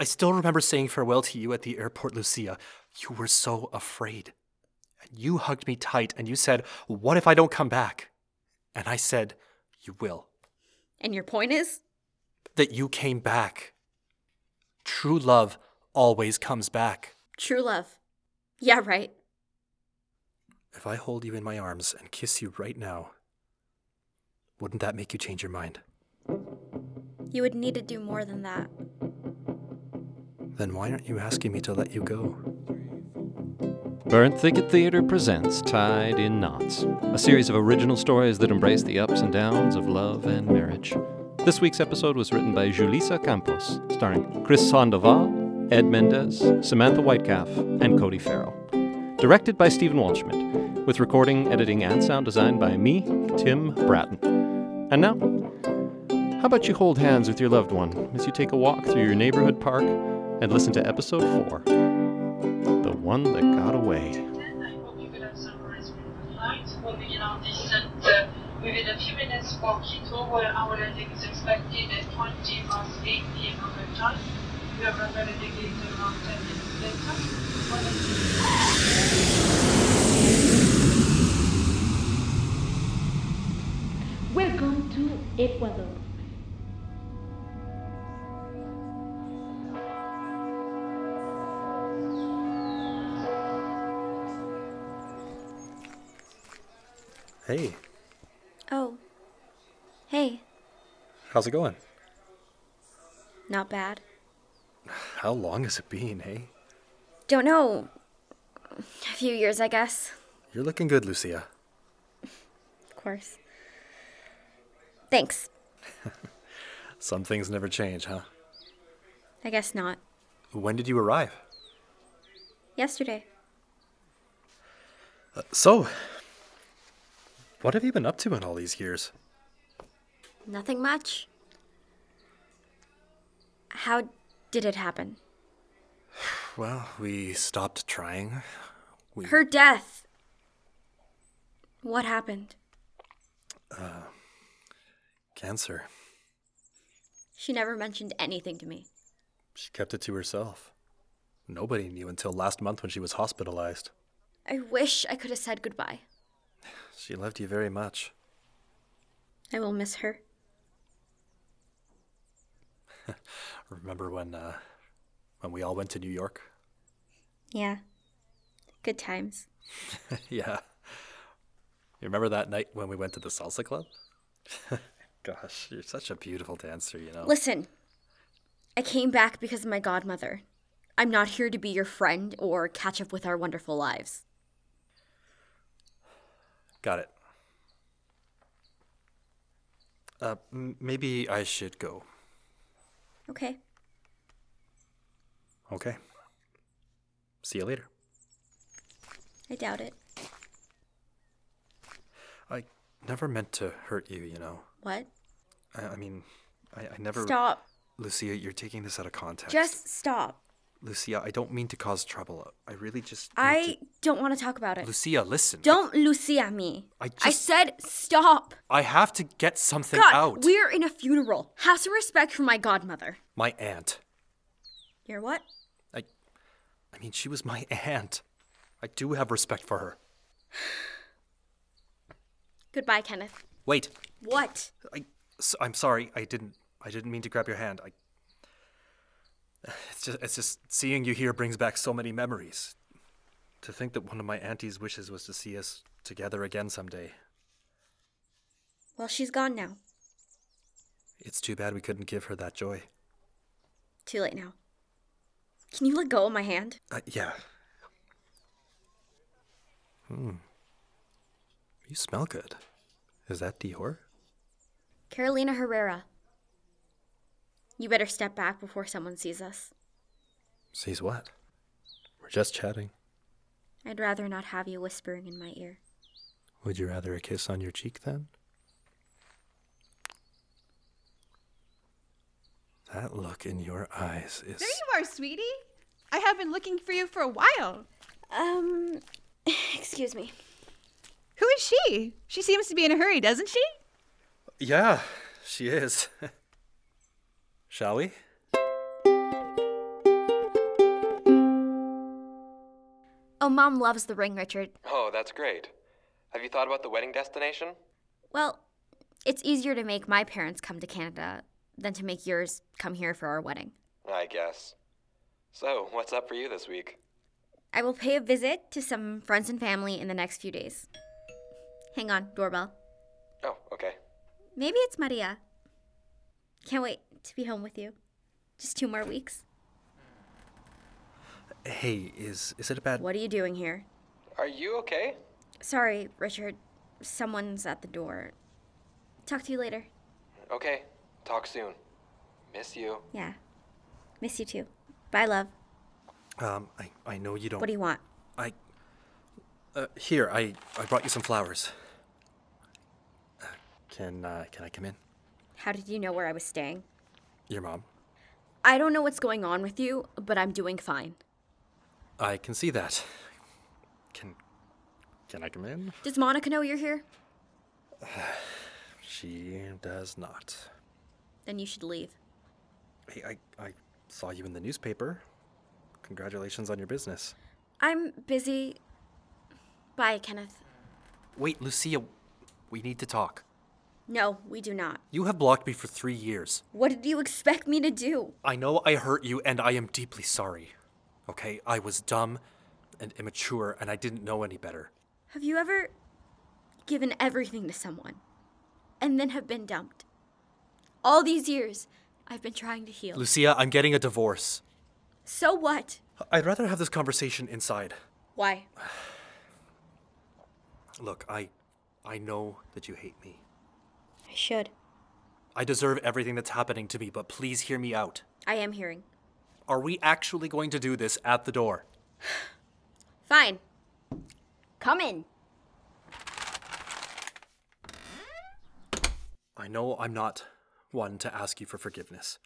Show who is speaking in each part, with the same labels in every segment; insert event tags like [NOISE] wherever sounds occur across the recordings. Speaker 1: I still remember saying farewell to you at the airport, Lucia. You were so afraid. And you hugged me tight and you said, What if I don't come back? And I said, You will.
Speaker 2: And your point is?
Speaker 1: That you came back. True love always comes back.
Speaker 2: True love. Yeah, right.
Speaker 1: If I hold you in my arms and kiss you right now, wouldn't that make you change your mind?
Speaker 2: You would need to do more than that.
Speaker 1: Then why aren't you asking me to let you go?
Speaker 3: Burnt Thicket Theater presents Tied in Knots, a series of original stories that embrace the ups and downs of love and marriage. This week's episode was written by Julissa Campos, starring Chris Sandoval, Ed Mendez, Samantha Whitecalf, and Cody Farrell. Directed by Stephen Walshman, with recording, editing, and sound design by me, Tim Bratton. And now, how about you hold hands with your loved one as you take a walk through your neighborhood park and listen to episode 4 The One That Got Away.
Speaker 4: I hope you will have sunrise with the light. We'll begin our descent uh, within a few minutes for Quito, where our landing is expected at 20 past 8 p.m. local time. We have a dedicated around 10 minutes later. When it's-
Speaker 5: Welcome to Ecuador.
Speaker 1: Hey,
Speaker 2: Oh. Hey,
Speaker 1: how's it going?
Speaker 2: not bad.
Speaker 1: How long has it been, hey?
Speaker 2: Don't know. A few years, I guess.
Speaker 1: You're looking good, Lucia.
Speaker 2: Of course. Thanks.
Speaker 1: Some things never change, huh?
Speaker 2: I guess not.
Speaker 1: When did you arrive?
Speaker 2: Yesterday.
Speaker 1: So, what have you been up to in all these years?
Speaker 2: Nothing much. How did it happen?
Speaker 1: Well, we stopped trying. We,
Speaker 2: Her death. What happened?
Speaker 1: Cancer.
Speaker 2: She never mentioned anything to me.
Speaker 1: She kept it to herself. Nobody knew until last month when she was hospitalized.
Speaker 2: I wish I could have said goodbye.
Speaker 1: She loved you very much.
Speaker 2: I will miss her.
Speaker 1: Remember when, uh, when we all went to New York? [LAUGHS]
Speaker 2: Yeah. Good times.
Speaker 1: yeah. You remember that night when we went to the salsa club? [LAUGHS] Gosh, you're such a beautiful dancer, you know.
Speaker 2: Listen, I came back because of my godmother. I'm not here to be your friend or catch up with our wonderful lives.
Speaker 1: Got it. Uh, m- maybe I should go.
Speaker 2: Okay.
Speaker 1: Okay. See you later.
Speaker 2: I doubt it.
Speaker 1: I never meant to hurt you, you know.
Speaker 2: What?
Speaker 1: I, I mean, I, I never.
Speaker 2: Stop.
Speaker 1: Lucia, you're taking this out of context.
Speaker 2: Just stop.
Speaker 1: Lucia, I don't mean to cause trouble. I really just. need
Speaker 2: I don't want to talk about
Speaker 1: to-
Speaker 2: it.
Speaker 1: Lucia, listen.
Speaker 2: Don't Lucia me.
Speaker 1: I
Speaker 2: I,
Speaker 1: just-
Speaker 2: said stop.
Speaker 1: I have to get something
Speaker 2: God,
Speaker 1: out.
Speaker 2: we're in a funeral. Have some respect for my godmother.
Speaker 1: My aunt.
Speaker 2: You're what?
Speaker 1: I. I mean, she was my [LAUGHS] aunt. I do have respect for her.
Speaker 2: Goodbye, Kenneth.
Speaker 1: Wait.
Speaker 2: What?
Speaker 1: I. s- I'm sorry. I didn't. I didn't mean to grab your hand. I. It's just. It's just seeing you here brings back so many memories. To think that one of my auntie's wishes was to see us together again someday.
Speaker 2: Well, she's gone now.
Speaker 1: It's too bad we couldn't give her that joy.
Speaker 2: Too late now. Can you let go of my hand?
Speaker 1: Uh, yeah. Hmm. You smell good. Is that Dior?
Speaker 2: Carolina Herrera. You better step back before someone sees us.
Speaker 1: Sees what? We're just chatting.
Speaker 2: I'd rather not have you whispering in my ear.
Speaker 1: Would you rather a kiss on your cheek then? That look in your eyes is.
Speaker 6: There you are, sweetie. I have been looking for you for a while.
Speaker 2: Um, [LAUGHS] excuse me.
Speaker 6: Who is she? She seems to be in a hurry, doesn't she?
Speaker 1: [LAUGHS] Yeah, she is. Shall we?
Speaker 2: Oh, Mom loves the ring, Richard.
Speaker 7: Oh, that's great. Have you thought about the wedding destination?
Speaker 2: Well, it's easier to make my parents come to Canada than to make yours come here for our wedding.
Speaker 7: I guess. So, what's up for you this week?
Speaker 2: I will pay a visit to some friends and family in the next few days. Hang on, doorbell.
Speaker 7: Oh, okay.
Speaker 2: Maybe it's Maria. Can't wait to be home with you. Just two more weeks.
Speaker 1: Hey, is is it a bad?
Speaker 2: What are you doing here?
Speaker 7: Are you okay?
Speaker 2: Sorry, Richard. Someone's at the door. Talk to you later.
Speaker 7: Okay. Talk soon. Miss you.
Speaker 2: Yeah. Miss you too. Bye, love.
Speaker 1: Um, I I know you don't.
Speaker 2: What do you want?
Speaker 1: I. Uh, here, I I brought you some flowers. Uh, Can uh, can I come in?
Speaker 2: How did you know where I was staying?
Speaker 1: Your mom.
Speaker 2: I don't know what's going on with you, but I'm doing fine.
Speaker 1: I can see that. Can can I come in?
Speaker 2: Does Monica know you're here?
Speaker 1: She does not.
Speaker 2: Then you should leave.
Speaker 1: Hey, I I saw you in the newspaper. Congratulations on your business.
Speaker 2: I'm busy. Bye, Kenneth.
Speaker 1: Wait, Lucia, we need to talk.
Speaker 2: No, we do not.
Speaker 1: You have blocked me for three years.
Speaker 2: What did you expect me to do?
Speaker 1: I know I hurt you, and I am deeply sorry. Okay, I was dumb and immature, and I didn't know any better.
Speaker 2: Have you ever given everything to someone and then have been dumped? All these years, I've been trying to heal.
Speaker 1: Lucia, I'm getting a divorce.
Speaker 2: So what?
Speaker 1: I'd rather have this conversation inside.
Speaker 2: Why?
Speaker 1: Look, I I know that you hate me.
Speaker 2: I should.
Speaker 1: I deserve everything that's happening to me, but please hear me out.
Speaker 2: I am hearing.
Speaker 1: Are we actually going to do this at the door?
Speaker 2: Fine. Come in.
Speaker 1: I know I'm not one to ask you for forgiveness.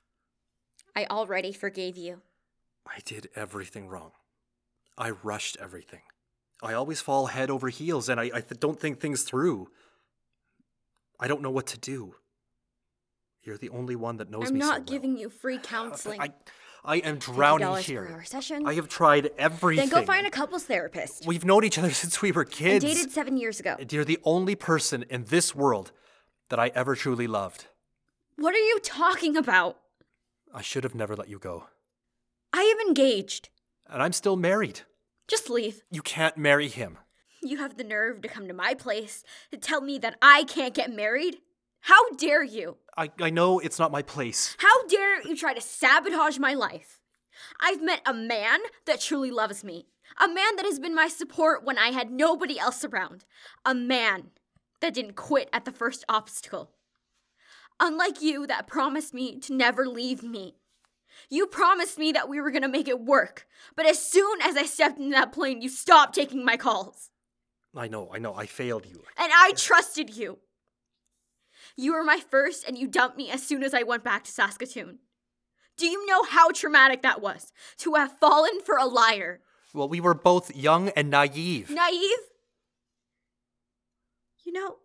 Speaker 2: I already forgave you.
Speaker 1: I did everything wrong. I rushed everything. I always fall head over heels and I, I th- don't think things through. I don't know what to do. You're the only one that knows
Speaker 2: I'm
Speaker 1: me so
Speaker 2: not
Speaker 1: well.
Speaker 2: giving you free
Speaker 1: Uh, but [SIGHS]
Speaker 2: counseling.
Speaker 1: I, I am drowning
Speaker 2: $50 per
Speaker 1: here.
Speaker 2: hour session.
Speaker 1: I have tried everything.
Speaker 2: then go find a couples therapist.
Speaker 1: We've known each other [LAUGHS] since we were
Speaker 2: I
Speaker 1: kids.
Speaker 2: dated seven years ago.
Speaker 1: You're the only person in this world that I ever truly loved.
Speaker 2: What are you talking about?
Speaker 1: I should have never let you go.
Speaker 2: I am engaged.
Speaker 1: And I'm still married.
Speaker 2: Just leave.
Speaker 1: You can't marry him.
Speaker 2: You have the nerve to come to my place to tell me that I can't get married? How dare you?
Speaker 1: I, I know it's not my place.
Speaker 2: How dare you try to sabotage my life? I've met a man that truly loves me. A man that has been my support when I had nobody else around. A man that didn't quit at the first obstacle. Unlike you, that promised me to never leave me. You promised me that we were gonna make it work, but as soon as I stepped into that plane, you stopped taking my calls.
Speaker 1: I know, I know, I failed you.
Speaker 2: and I trusted you. You were my first, and you dumped me as soon as I went back to Saskatoon. Do you know how traumatic that was to have fallen for a liar?
Speaker 1: Well, we were both young and naive.
Speaker 2: Naive? You know,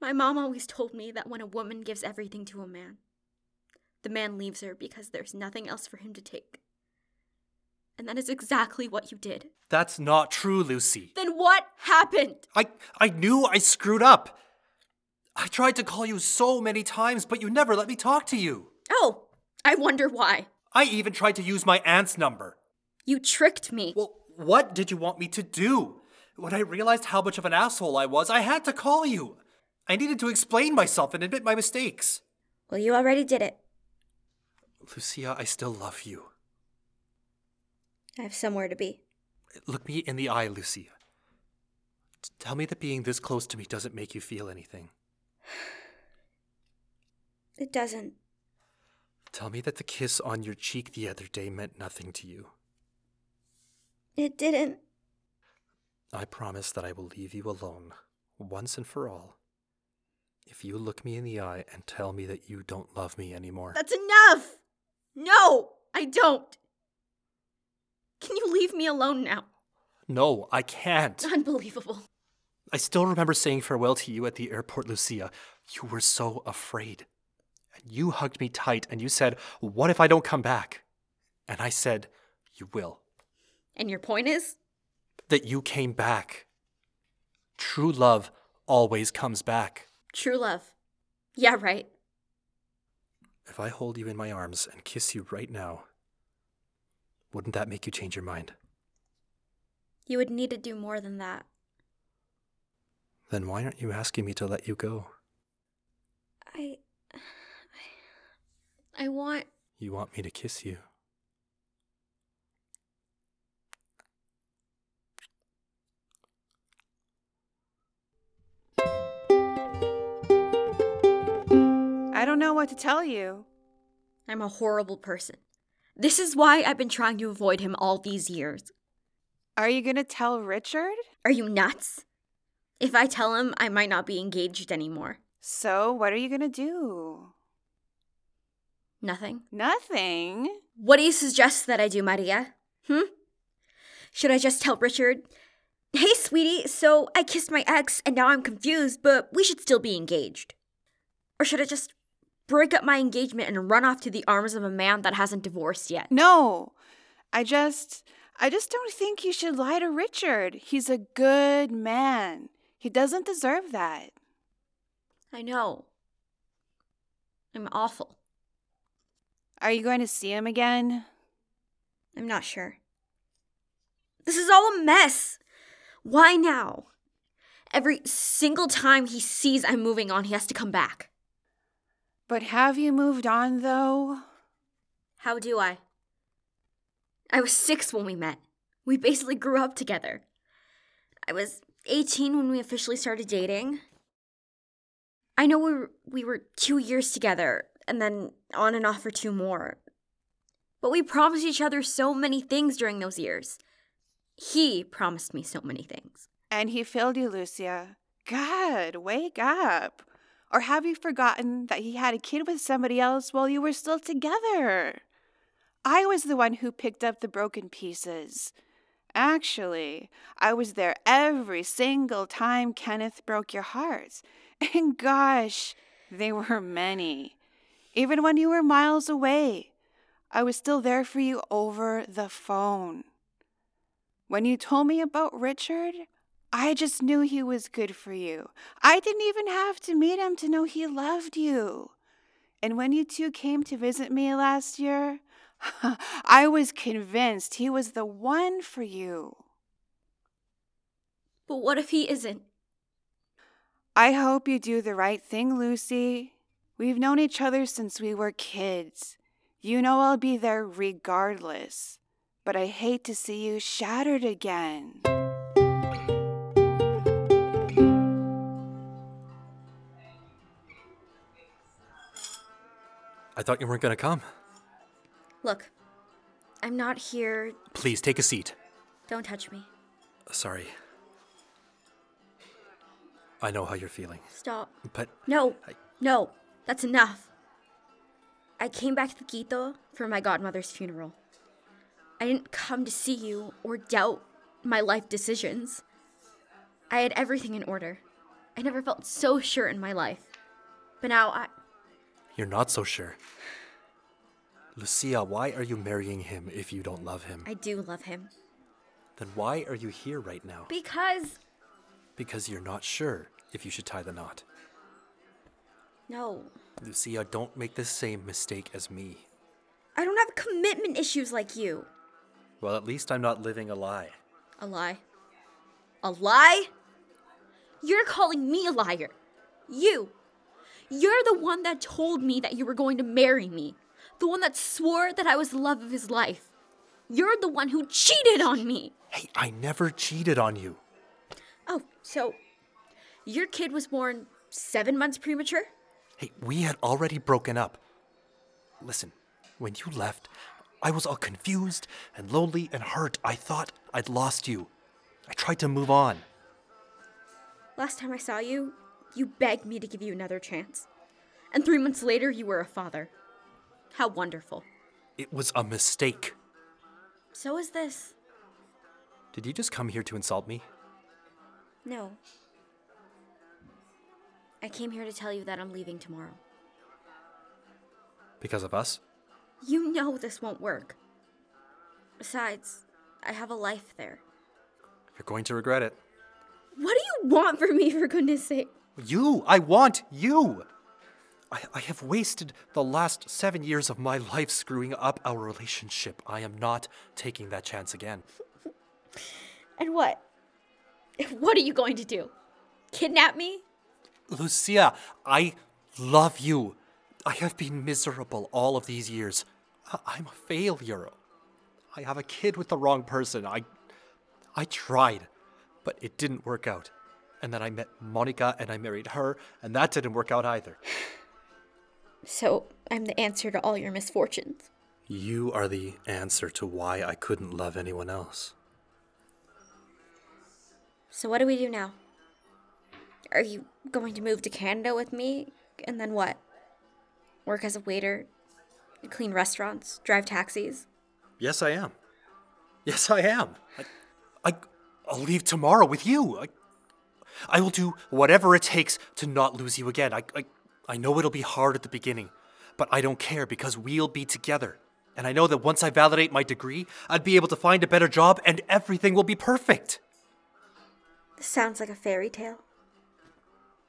Speaker 2: my mom always told me that when a woman gives everything to a man, the man leaves her because there's nothing else for him to take. And that is exactly what you did.
Speaker 1: That's not true, Lucy.
Speaker 2: Then what happened?
Speaker 1: I, I knew I screwed up. I tried to call you so many times, but you never let me talk to you.
Speaker 2: Oh, I wonder why.
Speaker 1: I even tried to use my aunt's number.
Speaker 2: You tricked me.
Speaker 1: Well, what did you want me to do? When I realized how much of an asshole I was, I had to call you. I needed to explain myself and admit my mistakes.
Speaker 2: Well, you already did it.
Speaker 1: Lucia, I still love you.
Speaker 2: I have somewhere to be.
Speaker 1: Look me in the eye, Lucia. T- Tell me that being this close to me doesn't make you feel anything.
Speaker 2: It doesn't.
Speaker 1: Tell me that the kiss on your cheek the other day meant nothing to you.
Speaker 2: It didn't.
Speaker 1: I promise that I will leave you alone, once and for all, if you look me in the eye and tell me that you don't love me anymore.
Speaker 2: That's enough! No, I don't. Can you leave me alone now?
Speaker 1: no, I can't.
Speaker 2: Unbelievable.
Speaker 1: I still remember saying farewell to you at the airport, Lucia. You were so afraid. And you hugged me tight and you said, What if I don't come back? And I said, You will.
Speaker 2: And your point is?
Speaker 1: That you came back. True love always comes back.
Speaker 2: True love. Yeah, right.
Speaker 1: If I hold you in my arms and kiss you right now, wouldn't that make you change your mind?
Speaker 2: You would need to do more than that.
Speaker 1: Then why aren't you asking me to let you go?
Speaker 2: I. [SIGHS] I want.
Speaker 1: You want me to kiss you.
Speaker 6: I don't know what to tell you.
Speaker 2: I'm a horrible person. This is why I've been trying to avoid him all these years.
Speaker 6: Are you gonna tell Richard?
Speaker 2: Are you nuts? If I tell him, I might not be engaged anymore.
Speaker 6: So, what are you gonna do?
Speaker 2: Nothing.
Speaker 6: Nothing.
Speaker 2: What do you suggest that I do, Maria? Hmm? Should I just tell Richard? Hey, sweetie, so I kissed my ex and now I'm confused, but we should still be engaged. Or should I just break up my engagement and run off to the arms of a man that hasn't divorced yet?
Speaker 6: No. I just I just don't think you should lie to Richard. He's a good man. He doesn't deserve that.
Speaker 2: I know. I'm awful.
Speaker 6: Are you going to see him again?
Speaker 2: I'm not sure. This is all a mess. Why now? Every single time he sees I'm moving on, he has to come back.
Speaker 6: But have you moved on though?
Speaker 2: How do I? I was six when we met. We basically grew up together. I was 18 when we officially started dating. I know we were, we were two years together and then on and off for two more. But we promised each other so many things during those years. He promised me so many things.
Speaker 6: And he failed you, Lucia. God, wake up. Or have you forgotten that he had a kid with somebody else while you were still together? I was the one who picked up the broken pieces. Actually, I was there every single time Kenneth broke your hearts. [LAUGHS] And gosh, they were many. Even when you were miles away, I was still there for you over the phone. When you told me about Richard, I just knew he was good for you. I didn't even have to meet him to know he loved you. And when you two came to visit me last year, [LAUGHS] I was convinced he was the one for you.
Speaker 2: But what if he isn't?
Speaker 6: I hope you do the right thing, Lucy. We've known each other since we were kids. You know I'll be there regardless. But I hate to see you shattered again.
Speaker 1: I thought you weren't going to come.
Speaker 2: Look, I'm not here.
Speaker 1: Please take a seat. Uh,
Speaker 2: Don't touch me.
Speaker 1: Sorry. I know how you're feeling,
Speaker 2: Stop.
Speaker 1: but
Speaker 2: No,
Speaker 1: I-
Speaker 2: no, that's enough. I came back to Quito for my godmother's funeral. I didn't come to see you or doubt my life decisions. I had everything in order. I never felt so sure in my life. But now I.
Speaker 1: you're not so sure. Lucia, why are you marrying him if you don't love him?
Speaker 2: I do love him.
Speaker 1: Then why are you here right now?
Speaker 2: Because.
Speaker 1: Because you're not sure if you should tie the knot.
Speaker 2: No.
Speaker 1: Lucia, don't make the same mistake as me.
Speaker 2: I don't have commitment issues like you.
Speaker 1: Well, at least I'm not living a lie.
Speaker 2: A lie. A lie? You're calling me a liar. You. You're the one that told me that you were going to marry me. The one that swore that I was the love of his life. You're the one who cheated on me.
Speaker 1: Hey, I never cheated on you.
Speaker 2: Oh, so your kid was born seven months premature?
Speaker 1: Hey, we had already broken up. Listen, when you left, I was all confused and lonely and hurt. I thought I'd lost you. I tried to move on.
Speaker 2: Last time I saw you, you begged me to give you another chance. And three months later, you were a father. How wonderful.
Speaker 1: It was a mistake.
Speaker 2: So is this.
Speaker 1: Did you just come here to insult me?
Speaker 2: No. I came here to tell you that I'm leaving tomorrow.
Speaker 1: Because of us?
Speaker 2: You know this won't work. Besides, I have a life there.
Speaker 1: You're going to regret it.
Speaker 2: What do you want from me, for goodness sake?
Speaker 1: You! I want you! I, I have wasted the last seven years of my life screwing up our relationship. I am not taking that chance again.
Speaker 2: And what? What are you going to do? Kidnap me?
Speaker 1: Lucia, I love you. I have been miserable all of these years. I- I'm a failure. I have a kid with the wrong person. I I tried, but it didn't work out. And then I met Monica and I married her, and that didn't work out either.
Speaker 2: So I'm the answer to all your misfortunes.
Speaker 1: You are the answer to why I couldn't love anyone else.
Speaker 2: So what do we do now? Are you going to move to Canada with me? And then what? Work as a waiter, clean restaurants, drive taxis?
Speaker 1: Yes, I am. Yes, I am. I, I, I'll leave tomorrow with you. I, I will do whatever it takes to not lose you again. I, I, I know it'll be hard at the beginning, but I don't care because we'll be together. And I know that once I validate my degree, I'd be able to find a better job and everything will be perfect.
Speaker 2: This sounds like a fairy tale.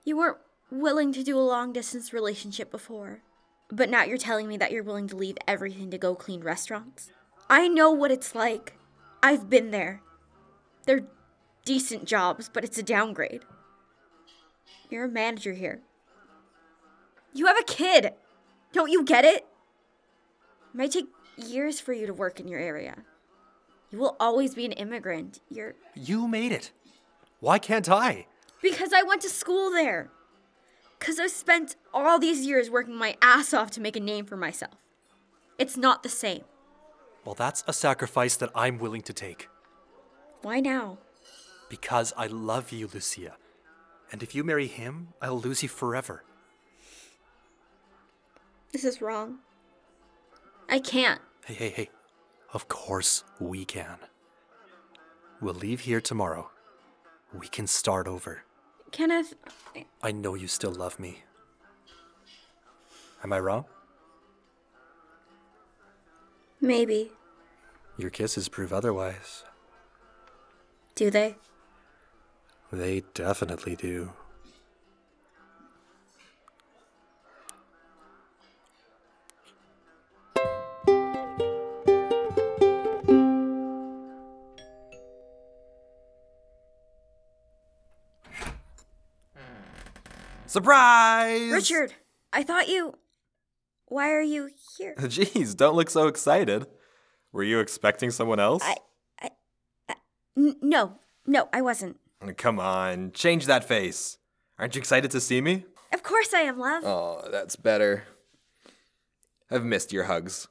Speaker 2: You weren't willing to do a long distance relationship before, but now you're telling me that you're willing to leave everything to go clean restaurants? I know what it's like. I've been there. They're decent jobs, but it's a downgrade. You're a manager here. You have a kid. Don't you get it? It might take years for you to work in your area. You will always be an immigrant. You're
Speaker 1: You made it. Why can't I?
Speaker 2: because I went to school there. Because I've spent all these years working my ass off to make a name for myself. It's not the same.
Speaker 1: Well, that's a sacrifice that I'm willing to take.
Speaker 2: Why now?
Speaker 1: Because I love you, Lucia. And if you marry him, I'll lose you forever.
Speaker 2: This is wrong. I can't.
Speaker 1: Hey, hey, hey. Of course we can. We'll leave here tomorrow. We can start over.
Speaker 2: Kenneth,
Speaker 1: I know you still love me. Am I wrong?
Speaker 2: maybe.
Speaker 1: Your kisses prove otherwise.
Speaker 2: Do they?
Speaker 1: They definitely do.
Speaker 7: Surprise!
Speaker 2: Richard, I thought you. Why are you here?
Speaker 7: [LAUGHS] Jeez, don't look so excited. Were you expecting someone else?
Speaker 2: I. I. I n- no, no, I wasn't.
Speaker 7: Come on, change that face. Aren't you excited to see me?
Speaker 2: Of course I am, love.
Speaker 7: Oh, that's better. I've missed your hugs.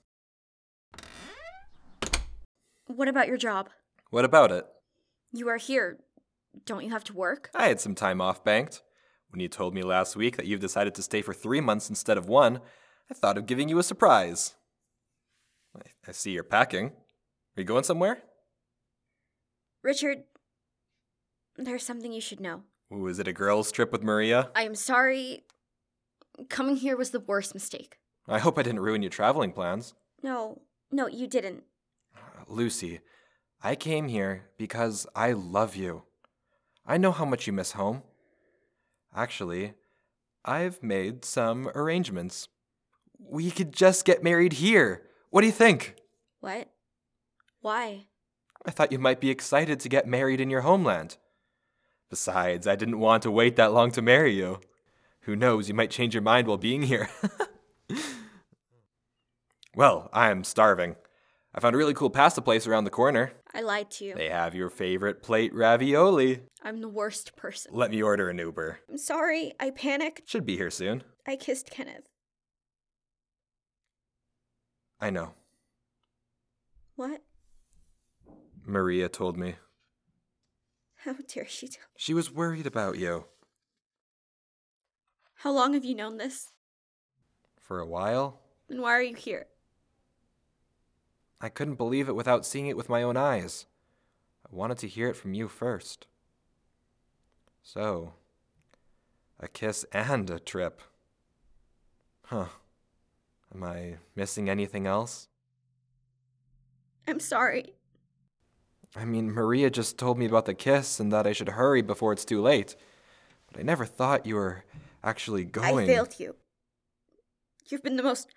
Speaker 2: What about your job?
Speaker 7: What about it?
Speaker 2: You are here. Don't you have to work?
Speaker 7: I had some time off banked. When you told me last week that you've decided to stay for three months instead of one, I thought of giving you a surprise. I, I see you're packing. Are you going somewhere?
Speaker 2: Richard, there's something you should know.
Speaker 7: Ooh, is it a girls' trip with Maria?
Speaker 2: I am sorry. Coming here was the worst mistake.
Speaker 7: I hope I didn't ruin your traveling plans.
Speaker 2: No, no, you didn't.
Speaker 7: Lucy, I came here because I love you. I know how much you miss home. Actually, I've made some arrangements. We could just get married here. What do you think?
Speaker 2: What? Why?
Speaker 7: I thought you might be excited to get married in your homeland. Besides, I didn't want to wait that long to marry you. Who knows, you might change your mind while being here. [LAUGHS] well, I'm starving. I found a really cool pasta place around the corner.
Speaker 2: I lied to you.
Speaker 7: They have your favorite plate ravioli.
Speaker 2: I'm the worst person.
Speaker 7: Let me order an Uber.
Speaker 2: I'm sorry. I panicked.
Speaker 7: Should be here soon.
Speaker 2: I kissed Kenneth.
Speaker 7: I know.
Speaker 2: What?
Speaker 7: Maria told me.
Speaker 2: How dare she tell?
Speaker 7: She was worried about you.
Speaker 2: How long have you known this?
Speaker 7: For a while,
Speaker 2: And why are you here?
Speaker 7: I couldn't believe it without seeing it with my own eyes. I wanted to hear it from you first. So, a kiss and a trip. Huh. Am I missing anything else?
Speaker 2: I'm sorry.
Speaker 7: I mean, Maria just told me about the kiss and that I should hurry before it's too late. But I never thought you were actually going.
Speaker 2: I failed you. You've been the most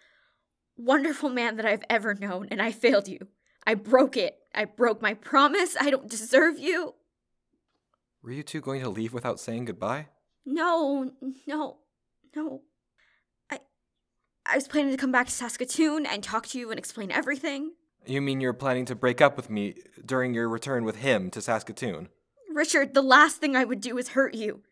Speaker 2: wonderful man that I've ever known, and I failed you. I broke it. I broke my promise. I don't deserve you.
Speaker 7: Were you two going to leave without saying goodbye?
Speaker 2: No, no, no. I I was planning to come back to Saskatoon and talk to you and explain everything.
Speaker 7: You mean you're planning to break up with me during your return with him to Saskatoon?
Speaker 2: Richard, the last thing I would do is hurt you.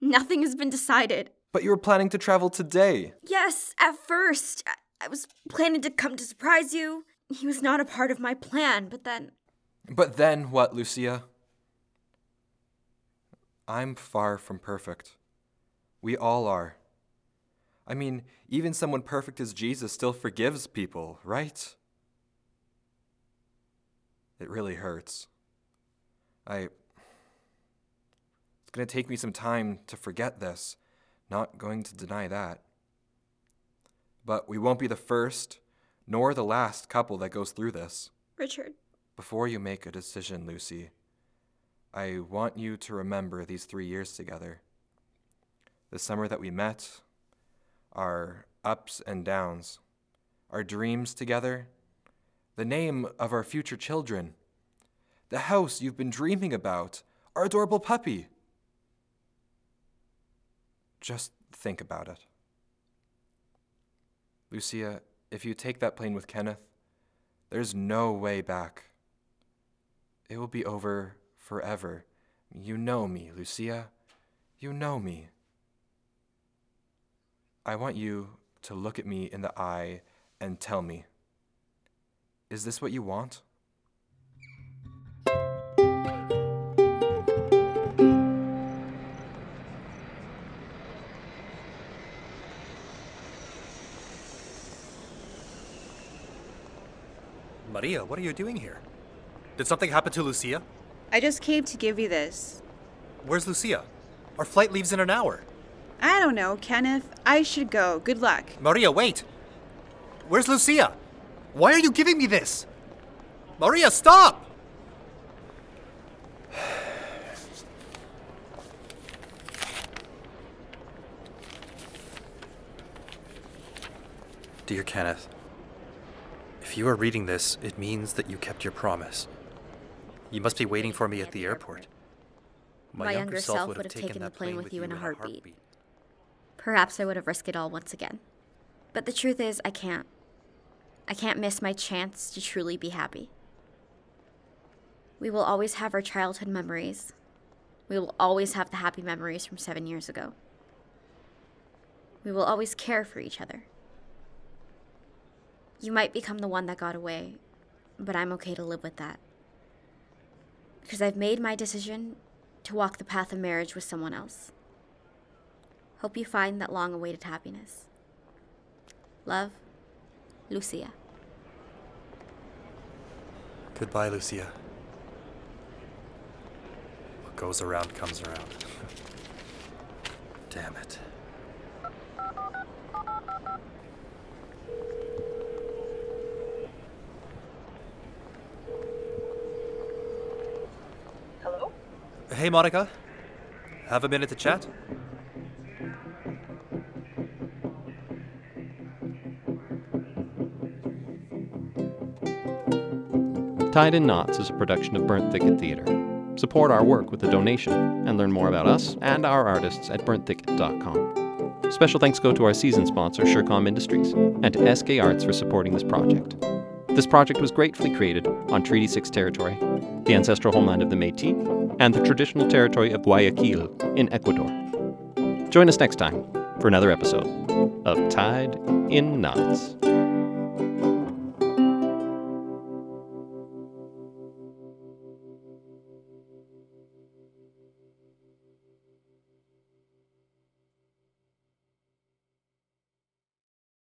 Speaker 2: Nothing has been decided.
Speaker 7: But you were planning to travel today.
Speaker 2: Yes, at first, I, I was planning to come to surprise you. He was not a part of my plan, but then
Speaker 7: But then what, Lucia? I'm far from perfect. We all are. I mean, even someone perfect as Jesus still forgives people, right? It really hurts. I. It's going to take me some time to forget this. Not going to deny that. But we won't be the first nor the last couple that goes through this.
Speaker 2: Richard,
Speaker 7: Before you make a decision, Lucy, I want you to remember these three years together. The summer that we met, our ups and downs, our dreams together, the name of our future children, the house you've been dreaming about, our adorable puppy. Just think about it. Lucia, if you take that plane with Kenneth, there's no way back. It will be over forever. You know me, Lucia. You know me. I want you to look at me in the eye and tell me is this what you want?
Speaker 1: Maria, what are you doing here? Did something happen to Lucia?
Speaker 6: I just came to give you this.
Speaker 1: Where's Lucia? Our flight leaves in an hour.
Speaker 6: I don't know, Kenneth. I should go. Good luck.
Speaker 1: Maria, wait! Where's Lucia? Why are you giving me this? Maria, stop! [SIGHS] Dear Kenneth, if you are reading this, it means that you kept your promise. You must be waiting for me at the airport.
Speaker 2: My younger self would have taken the plane with you in a heartbeat. perhaps I would have risked it all once again. But the truth is, I can't. I can't miss my chance to truly be happy. We will always have our childhood memories. We will always have the happy memories from seven years ago. We will always care for each other. You might become the one that got away, but I'm okay to live with that. Because I've made my decision to walk the path of marriage with someone else. Hope you find that long awaited happiness. Love, Lucia.
Speaker 1: Goodbye, Lucia. What goes around comes around. Damn it.
Speaker 8: Hello?
Speaker 1: Hey, Monica. Have a minute to chat?
Speaker 3: Tied in Knots is a production of Burnt Thicket Theater. Support our work with a donation and learn more about us and our artists at burntthicket.com. Special thanks go to our season sponsor, Surecom Industries, and to SK Arts for supporting this project. This project was gratefully created on Treaty 6 territory, the ancestral homeland of the Metis, and the traditional territory of Guayaquil in Ecuador. Join us next time for another episode of Tied in Knots.